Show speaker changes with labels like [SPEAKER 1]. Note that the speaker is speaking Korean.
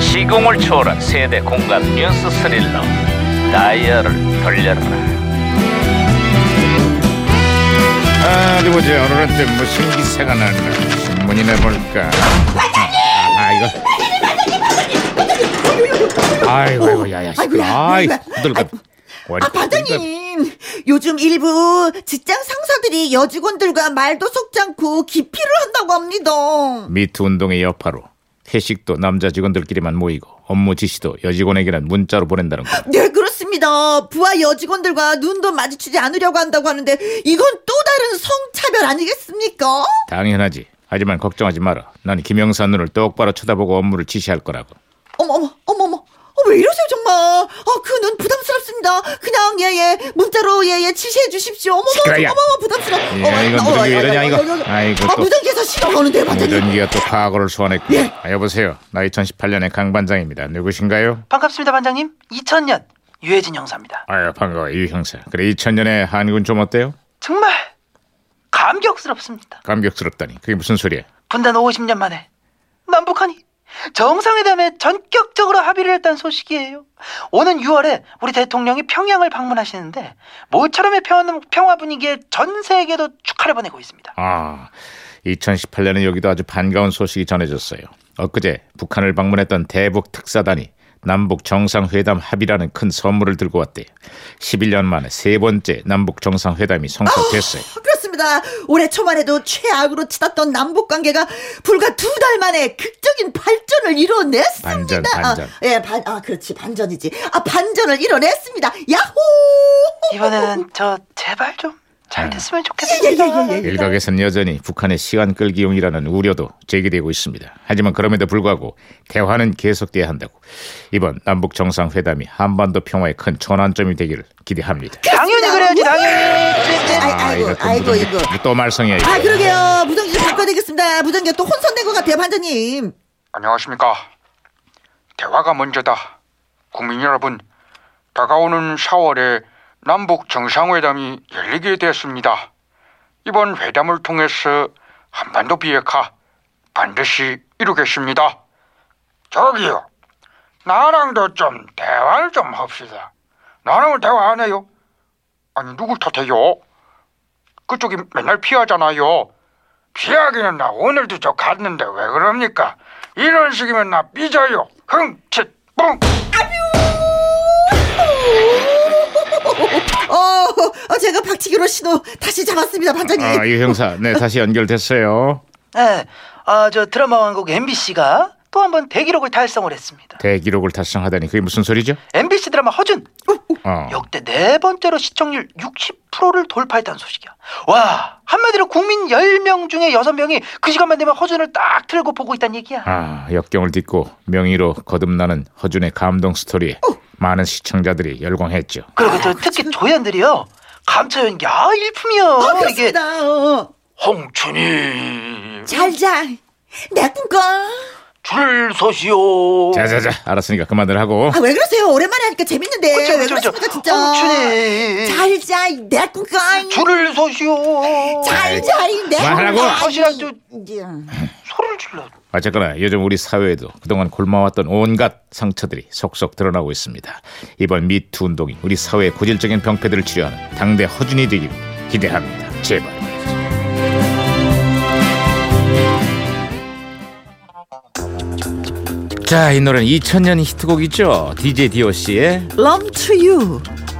[SPEAKER 1] 시공을 초월한 세대 공감 뉴스 스릴러 다이얼을 돌려라
[SPEAKER 2] 아, 어디 보자. 오늘은 또 무슨 기사가 뭐 났나? 신문이나 볼까? 아, 이거. 아이고, 아이고, 야야, 시끄러. 아이, 들고.
[SPEAKER 3] 아, 반장님. 요즘 일부 직장 상사들이 여직원들과 말도 속잖고 기피를 한다고 합니다.
[SPEAKER 2] 미투 운동의 여파로 회식도 남자 직원들끼리만 모이고 업무 지시도 여직원에게는 문자로 보낸다는 거.
[SPEAKER 3] 네, 그렇습니다. 부하 여직원들과 눈도 마주치지 않으려고 한다고 하는데 이건 또 다른 성차별 아니겠습니까?
[SPEAKER 2] 당연하지. 하지만 걱정하지 마라. 난 김영사 눈을 똑바로 쳐다보고 업무를 지시할 거라고.
[SPEAKER 3] 어머, 어머, 어머, 어머. 어, 왜 이러세요, 정말? 아, 그 눈 부담스럽습니다. 그냥, 예, 예, 문자로, 예, 예, 지시해 주십시오. 어머, 어머,
[SPEAKER 2] 시끄러워.
[SPEAKER 3] 어머, 어머, 부담스러워.
[SPEAKER 2] 예,
[SPEAKER 3] 어머,
[SPEAKER 2] 이건
[SPEAKER 3] 어머,
[SPEAKER 2] 무전기 왜
[SPEAKER 3] 어머,
[SPEAKER 2] 이러냐,
[SPEAKER 3] 어머,
[SPEAKER 2] 이거.
[SPEAKER 3] 어머, 어머.
[SPEAKER 2] 아이고,
[SPEAKER 3] 아,
[SPEAKER 2] 또.
[SPEAKER 3] 무전기에서 신호가 오는데, 반장님.
[SPEAKER 2] 무전기가 또 과거를 소환했고.
[SPEAKER 3] 예.
[SPEAKER 2] 아, 여보세요. 나 2018년의 강 반장입니다. 누구신가요?
[SPEAKER 4] 반갑습니다, 반장님. 2000년 유해진 형사입니다.
[SPEAKER 2] 아유 반가워 유 형사 그래 2000년에 한국은 좀 어때요?
[SPEAKER 4] 정말 감격스럽습니다.
[SPEAKER 2] 감격스럽다니 그게 무슨 소리야
[SPEAKER 4] 분단 50년 만에 남북한이 정상회담에 전격적으로 합의를 했다는 소식이에요. 오는 6월에 우리 대통령이 평양을 방문하시는데 모처럼의 평- 평화 분위기에 전 세계도 축하를 보내고 있습니다.
[SPEAKER 2] 아 2018년에 여기도 아주 반가운 소식이 전해졌어요 엊그제 북한을 방문했던 대북 특사단이 남북 정상회담 합의라는 큰 선물을 들고 왔대요 11년 만에 세 번째 남북 정상회담이 성사됐어요
[SPEAKER 3] 아! 그렇습니다. 올해 초만 해도 최악으로 치닫던 남북 관계가 불과 두 달 만에 극적인 발전을 이뤄냈습니다.
[SPEAKER 2] 반전, 반전.
[SPEAKER 3] 아, 예, 반, 아, 그렇지, 반전이지. 아, 반전을 이뤄냈습니다. 야호!
[SPEAKER 4] 이번에는 저 제발 좀 잘
[SPEAKER 3] 예, 예, 예,
[SPEAKER 4] 됐으면 좋겠습니다.
[SPEAKER 3] 예.
[SPEAKER 2] 일각에선 여전히 북한의 시간 끌기용이라는 우려도 제기되고 있습니다. 하지만 그럼에도 불구하고 대화는 계속돼야 한다고 이번 남북 정상회담이 한반도 평화의 큰 전환점이 되기를 기대합니다.
[SPEAKER 4] 당연히 그래야지,
[SPEAKER 3] 아,
[SPEAKER 4] 당연히.
[SPEAKER 3] 아이고,
[SPEAKER 2] 이거 또
[SPEAKER 3] 아이고,
[SPEAKER 2] 무전기
[SPEAKER 3] 이거.
[SPEAKER 2] 또 말썽이야. 이거.
[SPEAKER 3] 아, 그러게요. 무전기 좀 바꿔야 되겠습니다. 무전기가 또 혼선된 것 같아요, 반전님.
[SPEAKER 5] 안녕하십니까. 대화가 먼저다. 국민 여러분, 다가오는 4월에 남북 정상회담이 열리게 되었습니다. 이번 회담을 통해서 한반도 비핵화 반드시 이루겠습니다. 저기요, 나랑도 좀 대화를 좀 합시다. 나랑은 대화 안 해요. 아니, 누굴 탓해요? 그쪽이 맨날 피하잖아요. 피하기는 나 오늘도 저 갔는데 왜 그럽니까? 이런 식이면 나 삐져요. 흥칫 뿡.
[SPEAKER 3] 어, 어, 제가 박치기로 신호 다시 잡았습니다, 반전님.
[SPEAKER 2] 아, 유 형사, 네 다시 연결됐어요.
[SPEAKER 4] 네, 아, 저 드라마 왕국 MBC가 또 한 번 대기록을 달성을 했습니다.
[SPEAKER 2] 대기록을 달성하다니 그게 무슨 소리죠?
[SPEAKER 4] MBC 드라마 허준
[SPEAKER 2] 어.
[SPEAKER 4] 역대 네 번째로 시청률 60%를 돌파했다는 소식이야. 와, 한마디로 국민 10명 중에 6명이 그 시간만 되면 허준을 딱 틀고 보고 있다는 얘기야.
[SPEAKER 2] 아, 역경을 딛고 명의로 거듭나는 허준의 감동 스토리에 많은 시청자들이 열광했죠.
[SPEAKER 4] 그리고 저 특히 조연들이요. 감초 연기 아 일품이요.
[SPEAKER 3] 어,
[SPEAKER 4] 이게
[SPEAKER 3] 그렇습니다. 어,
[SPEAKER 5] 홍춘이
[SPEAKER 3] 잘 자. 내 꿈꿔.
[SPEAKER 4] 줄서시오.
[SPEAKER 2] 자자자, 알았으니까 그만들 하고.
[SPEAKER 3] 아, 왜 그러세요? 오랜만에 하니까 재밌는데.
[SPEAKER 4] 그쵸,
[SPEAKER 3] 왜
[SPEAKER 4] 그쵸, 어, 그쵸.
[SPEAKER 3] 그러십니까, 네, 진짜.
[SPEAKER 4] 홍춘이.
[SPEAKER 3] 잘 자, 내 꿈꿔.
[SPEAKER 4] 줄을 서시오.
[SPEAKER 3] 잘 자, 내
[SPEAKER 2] 말하라고.
[SPEAKER 3] 꿈꿔.
[SPEAKER 4] 사실은 저-
[SPEAKER 3] 이제.
[SPEAKER 4] 소리를 질러.
[SPEAKER 2] 어쨌거나 요즘 우리 사회에도 그동안 굶어왔던 온갖 상처들이 속속 드러나고 있습니다. 이번 미투 운동이 우리 사회의 고질적인 병폐들을 치료하는 당대 허준이 되길 기대합니다. 제발. 자, 이 노래는 2000년 히트곡이죠. DJ DOC의
[SPEAKER 3] Love to you.